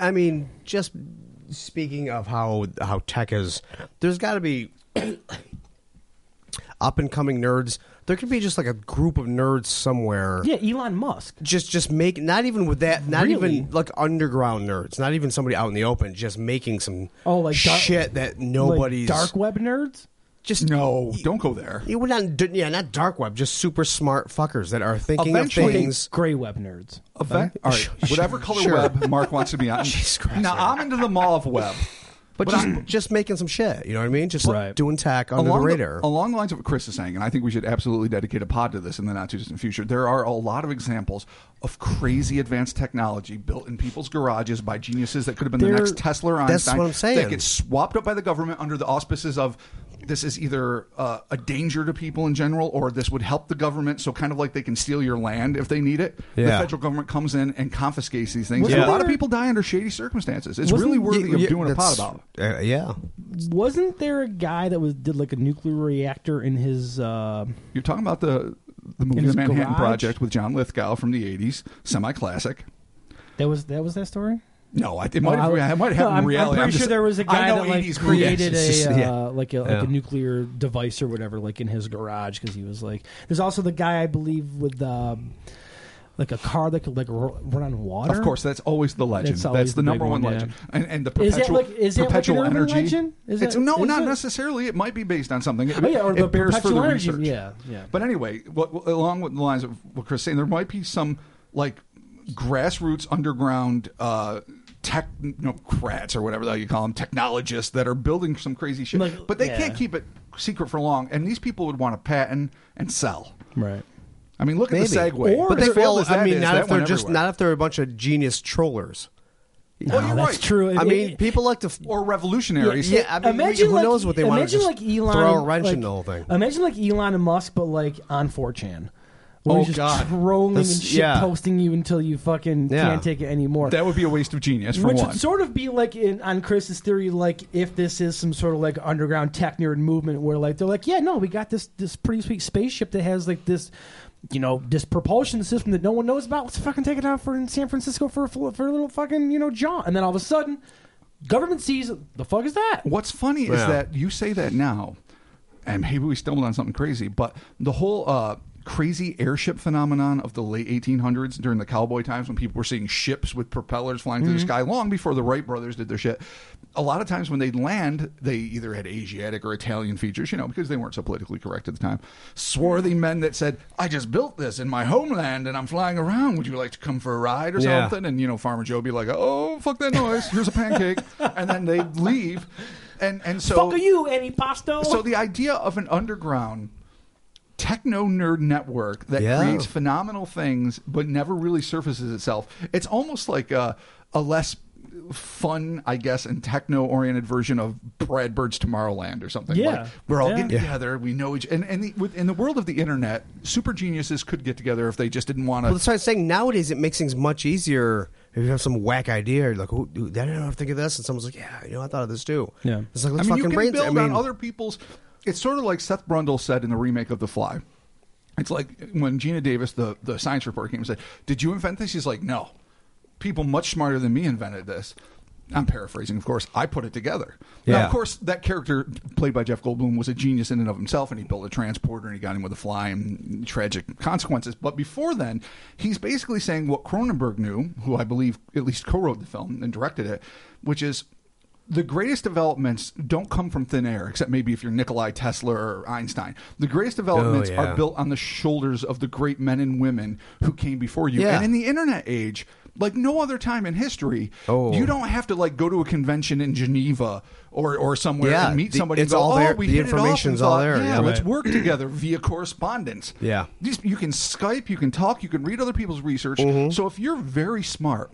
I mean, just speaking of how how tech is, there's got to be up and coming nerds. There could be just like a group of nerds somewhere. yeah, Elon Musk. Just, just make not even with that, not Really? even like underground nerds, not even somebody out in the open, just making some Oh, like dark- shit Like, that nobody's dark web nerds. Just No, don't go there. Yeah, we're not, d- yeah, not dark web, just super smart fuckers that are thinking Eventually- of things. Gray web nerds. Effect? All right, whatever color sure. web Mark wants to be on. Jesus Christ, now yeah. I'm into the mall of web. But just, just making some shit, you know what I mean? Just like, Right. doing tack under the radar. along the lines of what Chris is saying, and I think we should absolutely dedicate a pod to this in the not too distant future. There are a lot of examples of crazy advanced technology built in people's garages by geniuses that could have been There- the next Tesla or That's Einstein. what I'm saying. That gets swapped up by the government under the auspices of this is either uh, a danger to people in general, or this would help the government. So kind of like they can steal your land if they need it. Yeah. The federal government comes in and confiscates these things. Wasn't And a lot of there- people die under shady circumstances. It's Wasn't- really worthy Yeah, of doing a pod that's- about. Uh, yeah. Wasn't there a guy that was did like a nuclear reactor in his? Uh, You're talking about the the movie In his The Manhattan garage? Project with John Lithgow from the '80s, semi-classic. that was that was that story. No, I, it might have, Well, Oh, I- I, might no, have I'm, in I'm reality. pretty I'm sure just- there was a I guy know that like 80s movies. created a uh, Yeah. like a like Yeah. a nuclear device or whatever, like in his garage because he was like. There's also the guy I believe with um, like a car that could like ru- run on water. Of course, that's always the legend. That's That's, always the the number big one one, yeah. legend, and, and the Is it perpetual like- is it like perpetual an urban energy. legend? Is it's, it- no, is not it? necessarily. It might be based on something. It, Oh, yeah, or it the bears perpetual further energy, research. yeah, yeah. But anyway, what, what- along with the lines of what Chris saying, there might be some like grassroots underground. Uh, Technocrats or whatever the hell you call them, technologists that are building some crazy shit, Like, but they yeah. can't keep it secret for long. And these people would want to patent and sell. Right. I mean, look at the Maybe. Segway. Or But But they as failed fail. as I that mean, is, not that if they're went just everywhere. not if they're a bunch of genius trollers. Well, No, you're that's right. true. I It- mean, it- people like to. F- or revolutionaries. Yeah, I mean, imagine who like, knows what they wanna imagine like just Elon throw a wrench like, in the whole thing. Imagine like Elon Musk, but like on 4chan. Where Oh, he's just God. trolling That's- and shit yeah. posting you until you fucking Yeah. can't take it anymore. That would be a waste of genius for Which one. would sort of be like in on Chris's theory, like if this is some sort of like underground tech nerd movement where like they're like, yeah, no, we got this this pretty sweet spaceship that has like this, you know, this propulsion system that no one knows about. Let's fucking take it out for in San Francisco for a, fl- for a little fucking you know jaunt, and then all of a sudden, government sees the fuck is that? What's funny is Yeah. that you say that now, and maybe we stumbled on something crazy, but the whole uh, crazy airship phenomenon of the late 1800s during the cowboy times when people were seeing ships with propellers flying through Mm-hmm. the sky long before the Wright brothers did their shit. A lot of times when they'd land, they either had Asiatic or Italian features, you know, because they weren't so politically correct at the time. Swarthy men that said, I just built this in my homeland and I'm flying around. Would you like to come for a ride or Yeah. something? and you know Farmer Joe be like, "Oh, fuck that noise! Here's a pancake," and then they leave, and and so fuck are you, Annie Pasto? so the idea of an underground techno nerd network that Yeah. creates phenomenal things but never really surfaces itself. It's almost like a a less fun, I guess, and techno oriented version of Bradbird's Tomorrowland or something. Yeah. Like, we're all Yeah. getting Yeah. together. We know each and and the, with, in the world of the internet, super geniuses could get together if they just didn't want to. well, that's what I'm saying. Nowadays, it makes things much easier. If you have some whack idea, you're like, oh, dude, I didn't know how to think of this, and someone's like, yeah, you know, I thought of this too. Yeah. it's like let's I mean, fucking you can brains. build I mean, on other people's. It's sort of like Seth Brundle said in the remake of The Fly. It's like when Gina Davis, the the science reporter, came and said, "Did you invent this?" He's like, "No, people much smarter than me invented this." I'm paraphrasing, of course. I put it together. Now, Yeah. of course, that character played by Jeff Goldblum was a genius in and of himself, and he built a transporter and he got in with a fly and tragic consequences. But before then, he's basically saying what Cronenberg knew, who I believe at least co-wrote the film and directed it, which is the greatest developments don't come from thin air, except maybe if you're Nikolai Tesla or Einstein. The greatest developments Oh, yeah. are built on the shoulders of the great men and women who came before you. Yeah. And in the internet age, like no other time in history, Oh. you don't have to like go to a convention in Geneva or, or somewhere Yeah, and meet the- somebody. it's and go, all "Oh, there. we The hit it off and information's all thought, there." Yeah, Yeah, let's right. work together via correspondence. Yeah. These, you can Skype, you can talk, you can read other people's research. Mm-hmm. So if you're very smart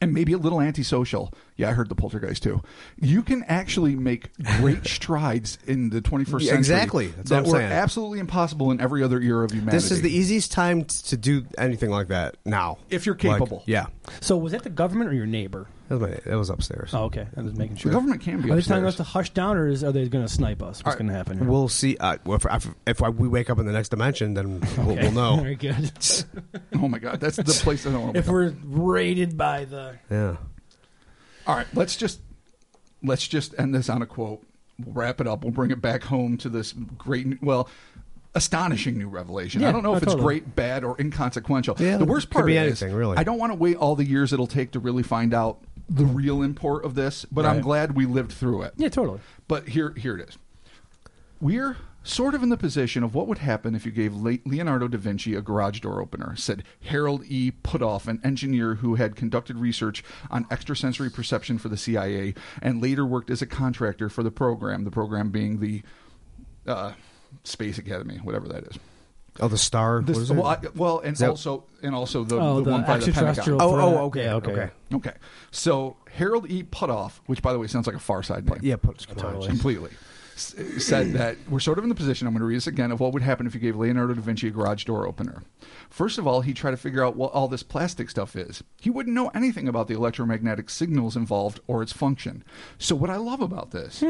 and maybe a little antisocial, yeah, I heard the poltergeist too. You can actually make great strides in the 21st Yeah, century. exactly. That's that what I'm were saying. absolutely impossible in every other era of humanity. This is the easiest time t- to do anything like that now. If you're Like, capable. yeah. So was that the government or your neighbor? That was, my, that was upstairs. Oh, okay. I was making the sure. government can be Are they telling us upstairs. to hush down, or is, are they going to snipe us? What's going to happen? Here? We'll see. Uh, well, if, if I, we wake up in the next dimension, then we'll, Okay. we'll know. Very good. Oh my god, that's the place I don't want to if we're raided by the yeah. All right, let's just let's just end this on a quote. We'll wrap it up. We'll bring it back home to this great, well, astonishing new revelation. I Yeah, don't know no, if it's totally. great, bad, or inconsequential. Yeah, the worst could part be is anything, really. I don't want to wait all the years it'll take to really find out the real import of this. But I'm Right. glad we lived through it. yeah, totally. But here, here it is. We're sort of in the position of what would happen if you gave Le- Leonardo da Vinci a garage door opener, said Harold E. Putoff, an engineer who had conducted research on extrasensory perception for the CIA and later worked as a contractor for the program, the program being the uh, Space Academy, whatever that is. Oh, the star. This- what is it? well, I, well, and that- also and also the, Oh, the, the one by the Pentagon. extraterrestrial. Oh, threat. oh, okay, Yeah, okay. Okay, so Harold E. Putoff, which by the way sounds like a Far Side name yeah, put, come on. Totally. completely S- said that we're sort of in the position i'm going to read this again of what would happen if you gave leonardo da vinci a garage door opener first of all he'd try to figure out what all this plastic stuff is he wouldn't know anything about the electromagnetic signals involved or its function so what i love about this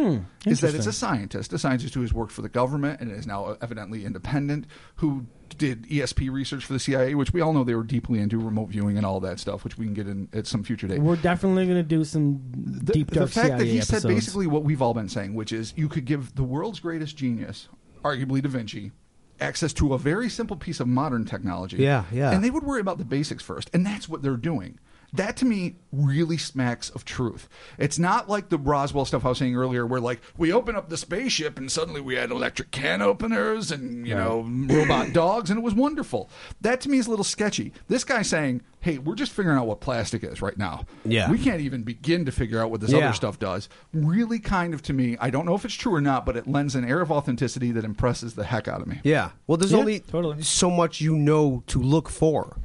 is that it's a scientist a scientist who has worked for the government and is now evidently independent who did ESP research for the CIA, which we all know they were deeply into remote viewing and all that stuff, which we can get in at some future date We're definitely going to do some the, deep the dark fact that CIA he episodes. said basically what we've all been saying, which is you could give the world's greatest genius, arguably Da Vinci, access to a very simple piece of modern technology. Yeah, yeah. And they would worry about the basics first, and that's what they're doing. That to me really smacks of truth. It's not like the Roswell stuff I was saying earlier, where like we open up the spaceship and suddenly we had electric can openers and you know robot dogs and it was wonderful. That to me is a little sketchy. This guy saying, "Hey, we're just figuring out what plastic is right now. Yeah. we can't even begin to figure out what this Yeah. other stuff does. Really kind of to me. I don't know if it's true or not, but it lends an air of authenticity that impresses the heck out of me. Yeah. Well, there's Yeah, only totally. so much you know to look for.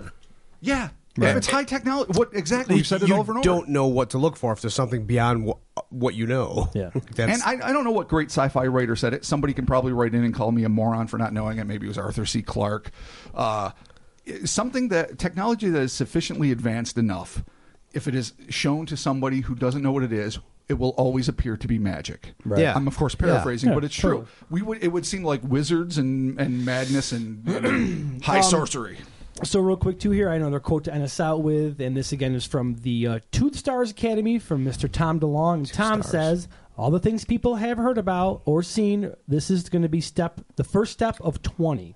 Yeah. If Right. it's high technology, what exactly? We've said it you over and over. don't know what to look for if there's something beyond wh- what you know. Yeah. That's, and I, I don't know what great sci-fi writer said it. Somebody can probably write in and call me a moron for not knowing it. Maybe it was Arthur C. Clarke. Uh, something that technology that is sufficiently advanced enough, if it is shown to somebody who doesn't know what it is, it will always appear to be magic. Right. Yeah. I'm of course paraphrasing, Yeah. but it's Yeah, true. totally. We would it would seem like wizards and and madness and, and high sorcery. So real quick too here, I had another quote to end us out with, and this again is from the uh, Tooth Stars Academy from Mr. Tom DeLong. And Tom says, "All the things people have heard about or seen, this is going to be step the first step of twenty.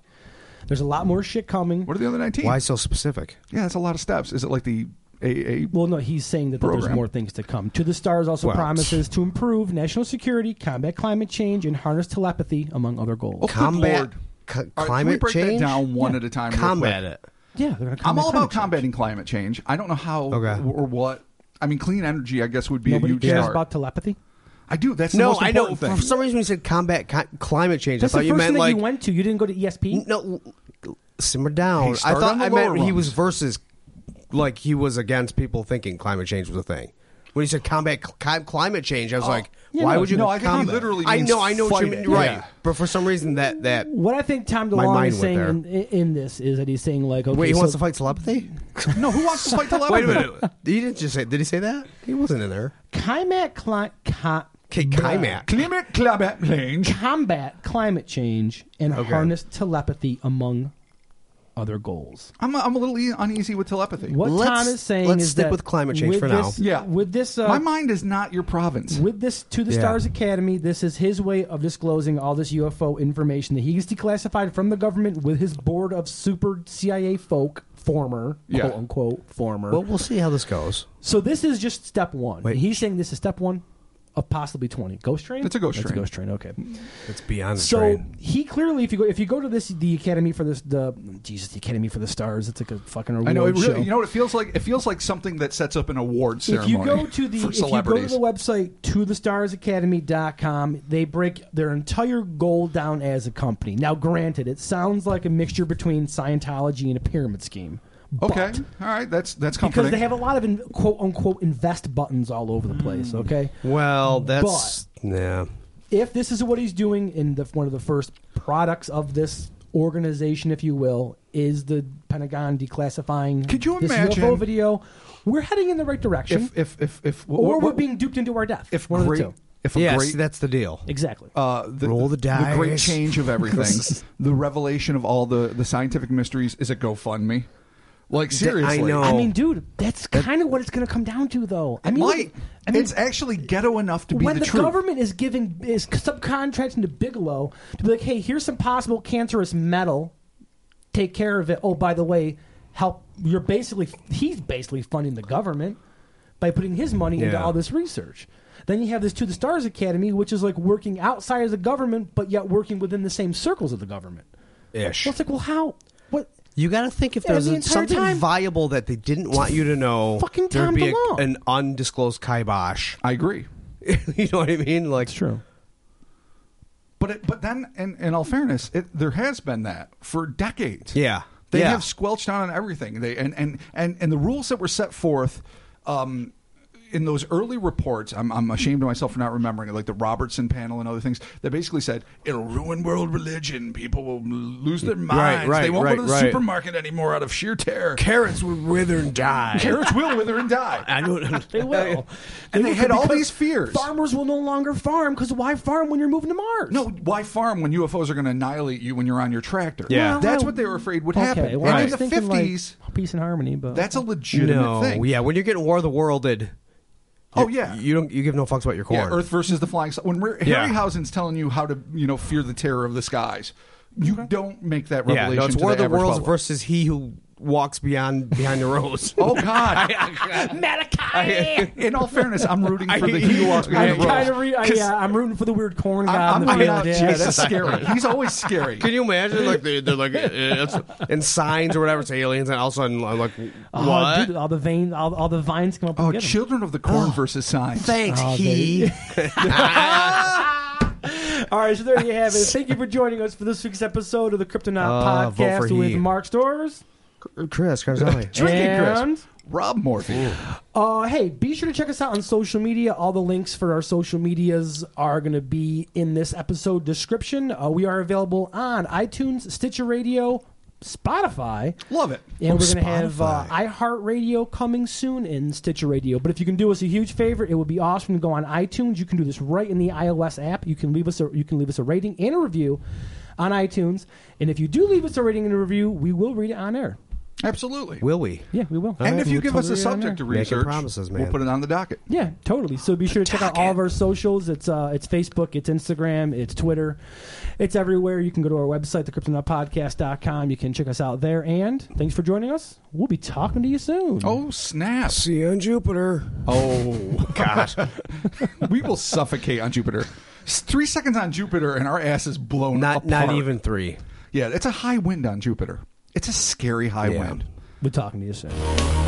There's a lot more shit coming. What are the other nineteen? why so specific? Yeah, that's a lot of steps. Is it like the AA? Well, no, he's saying that, that there's Program. more things to come. To the Stars also Well, promises to improve national security, combat climate change, and harness telepathy, among other goals. Good Combat Lord. c- All right, climate can we break change. that down one at a time. real quick? Combat it. Yeah, they're going to I'm all about combating climate change. I don't know how Okay. or what. I mean, clean energy, I guess, would be Nobody a huge cares start. about telepathy. I do. That's the No, most I know. important thing. For some reason, when you said combat ca- climate change, That's I the first thought you thing meant that like you went to. You didn't go to E ESP. no. Simmer down. Hey, I start thought on the I meant lower he was rungs. versus, like he was against people thinking climate change was a thing. When he said combat cl- cli- climate change, I was like, Yeah, why no, would you? Oh. no, go I think he combat? literally I means know. I know what you fight mean. it. Right. Yeah. But for some reason, that that What I think Tom My DeLonge mind is went saying there. in, in this is that he's saying like, okay, wait, he so wants to fight telepathy. no, who wants to fight telepathy? Wait a minute. He didn't just say. Did he say that? He wasn't in there. climate, cli- co- Okay, Kimac. Climate climate change. combat climate change and Okay. harness telepathy among other goals. I'm a, I'm a little e- uneasy with telepathy. What Let's- Tom is saying let's is stick that with climate change with for now. this, Yeah. with this, uh, My mind is not your province. with this to the Yeah. Stars Academy, this is his way of disclosing all this UFO information that he's declassified from the government with his board of super CIA folk, former Yeah. quote unquote former. Well, we'll see how this goes. So this is just step one. Wait. He's saying this is step one. of possibly twenty. Ghost train. It's a ghost That's train. Mm-hmm. ghost train. Okay. It's beyond the so train. he clearly, if you go, if you go to this, the Academy for this, the Jesus, the Academy for the Stars. It's like a fucking award I know it really. show. You know what it feels like? It feels like something that sets up an award ceremony. If you go to the for if you go to celebrities. the website to thestarsacademy.com, they break their entire goal down as a company. Now, granted, it sounds like a mixture between Scientology and a pyramid scheme. but- okay, all right, that's that's because comforting. they have a lot of in, quote unquote invest buttons all over the place. Hmm. Okay, Well, that's yeah. if this is what he's doing, and the, one of the first products of this organization, if you will, is the Pentagon declassifying Could you this imagine- UFO video, we're heading in the right direction. if if if if or what- we're what- being duped into our death. if one great of the two. if a Yes, great that's the deal. Exactly. uh, the, Roll the The great dice. change of everything, the revelation of all the the scientific mysteries is a GoFundMe. Like seriously, know. I mean, dude, that's kind of what it's going to come down to, though. I mean, Might. I mean, it's actually ghetto enough to be when the, the, truth. government is giving is subcontracting to Bigelow to be like, hey, here's some possible cancerous metal, take care of it. Oh, by the way, help. You're basically he's basically funding the government by putting his money into Yeah. all this research. Then you have this to the Stars Academy, which is like working outside of the government, but yet working within the same circles of the government. Ish. Well, it's like, well, how? What? You got to think if Yeah, there's the a- entire something time- viable that they didn't want you to know, Fucking Tom there'd be a- DeLonge. an undisclosed kibosh. I agree, you know what I mean? Like, true. but it, but then, in, in all fairness, it, there has been that for decades. Yeah. they Yeah. have squelched down on everything. They and and and and the rules that were set forth. Um, in those early reports, I'm, I'm ashamed of myself for not remembering it, like the Robertson panel and other things that basically said it'll ruin world religion. People will lose their minds. they right, won't right, go to the right. supermarket anymore out of sheer terror. carrots would wither and die. Carrots will wither and die. I don't. They will. And they will had all because these fears. Farmers will no longer farm because why farm when you're moving to Mars? No, why farm when UFOs are going to annihilate you when you're on your tractor? Yeah. Well, that's I- what they were afraid would okay, happen. well, I and was in the thinking, like, fifties, peace and harmony, but that's a legitimate no. thing. Yeah, when you're getting War of the Worlded. Oh, you- yeah. You don't. You give no fucks about your corn. Yeah, Earth versus the flying. star. When Ra- Yeah. Harryhausen's telling you how to, you know, fear the terror of the skies, you don't make that Yeah, revelation. no, it's to War of the average Worlds public. versus He Who Walks Beyond Behind the Rose. Oh God! Malachi. in all fairness, I'm rooting for the I- he who walks I behind the kind rose. of re- I, yeah, I'm rooting for the weird corn guy. I'm, in the I'm not middle out. of Yeah, this. that's scary. He's always scary. Can you imagine? Like they, they're like uh, it's, in signs or whatever, it's aliens, and all of a sudden I'm like, what? Oh, dude, all the veins, all, all the vines come up. Oh, and get 'em. children of the Oh, corn versus signs. Thanks, Oh, he. All right, so there you have it. Thank you for joining us for this week's episode of the Kryptonaut Uh, vote for podcast he. with Mark Stores. Chris, Chris, Drinking, And- Chris. Rob Morphy. Uh, hey, be sure to check us out on social media. All the links for our social medias are going to be in this episode description. Uh, we are available on iTunes, Stitcher Radio, Spotify, Love it. and Oh, we're going to have uh, Spotify. iHeartRadio coming soon in Stitcher Radio. But if you can do us a huge favor, it would be awesome to go on iTunes. You can do this right in the iOS app. You can leave us a you can leave us a rating and a review on iTunes. And if you do leave us a rating and a review, we will read it on air. Absolutely. Will we? Yeah, we will. and right, if you we'll give us a totally get on subject to there. Making research, promises, we'll man. put it on the docket. Yeah, totally. So be sure to check out all of our socials. It's uh, it's Facebook, it's Instagram, it's Twitter, it's everywhere. You can go to our website, thecryptonautpodcast.com. You can check us out there. And thanks for joining us. We'll be talking to you soon. Oh, snap. See you on Jupiter. Oh, Gosh. we will suffocate on Jupiter. It's Three seconds on Jupiter, and our ass is blown not apart. not even three. Yeah, it's a high wind on Jupiter. It's a scary high Yeah. wind. We'll be talking to you soon.